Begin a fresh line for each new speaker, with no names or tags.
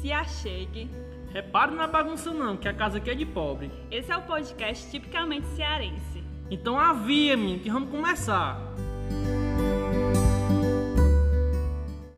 se achegue.
Repare na bagunça não, que a casa aqui é de pobre.
Esse é o podcast tipicamente cearense.
Então avia, menino, que vamos começar.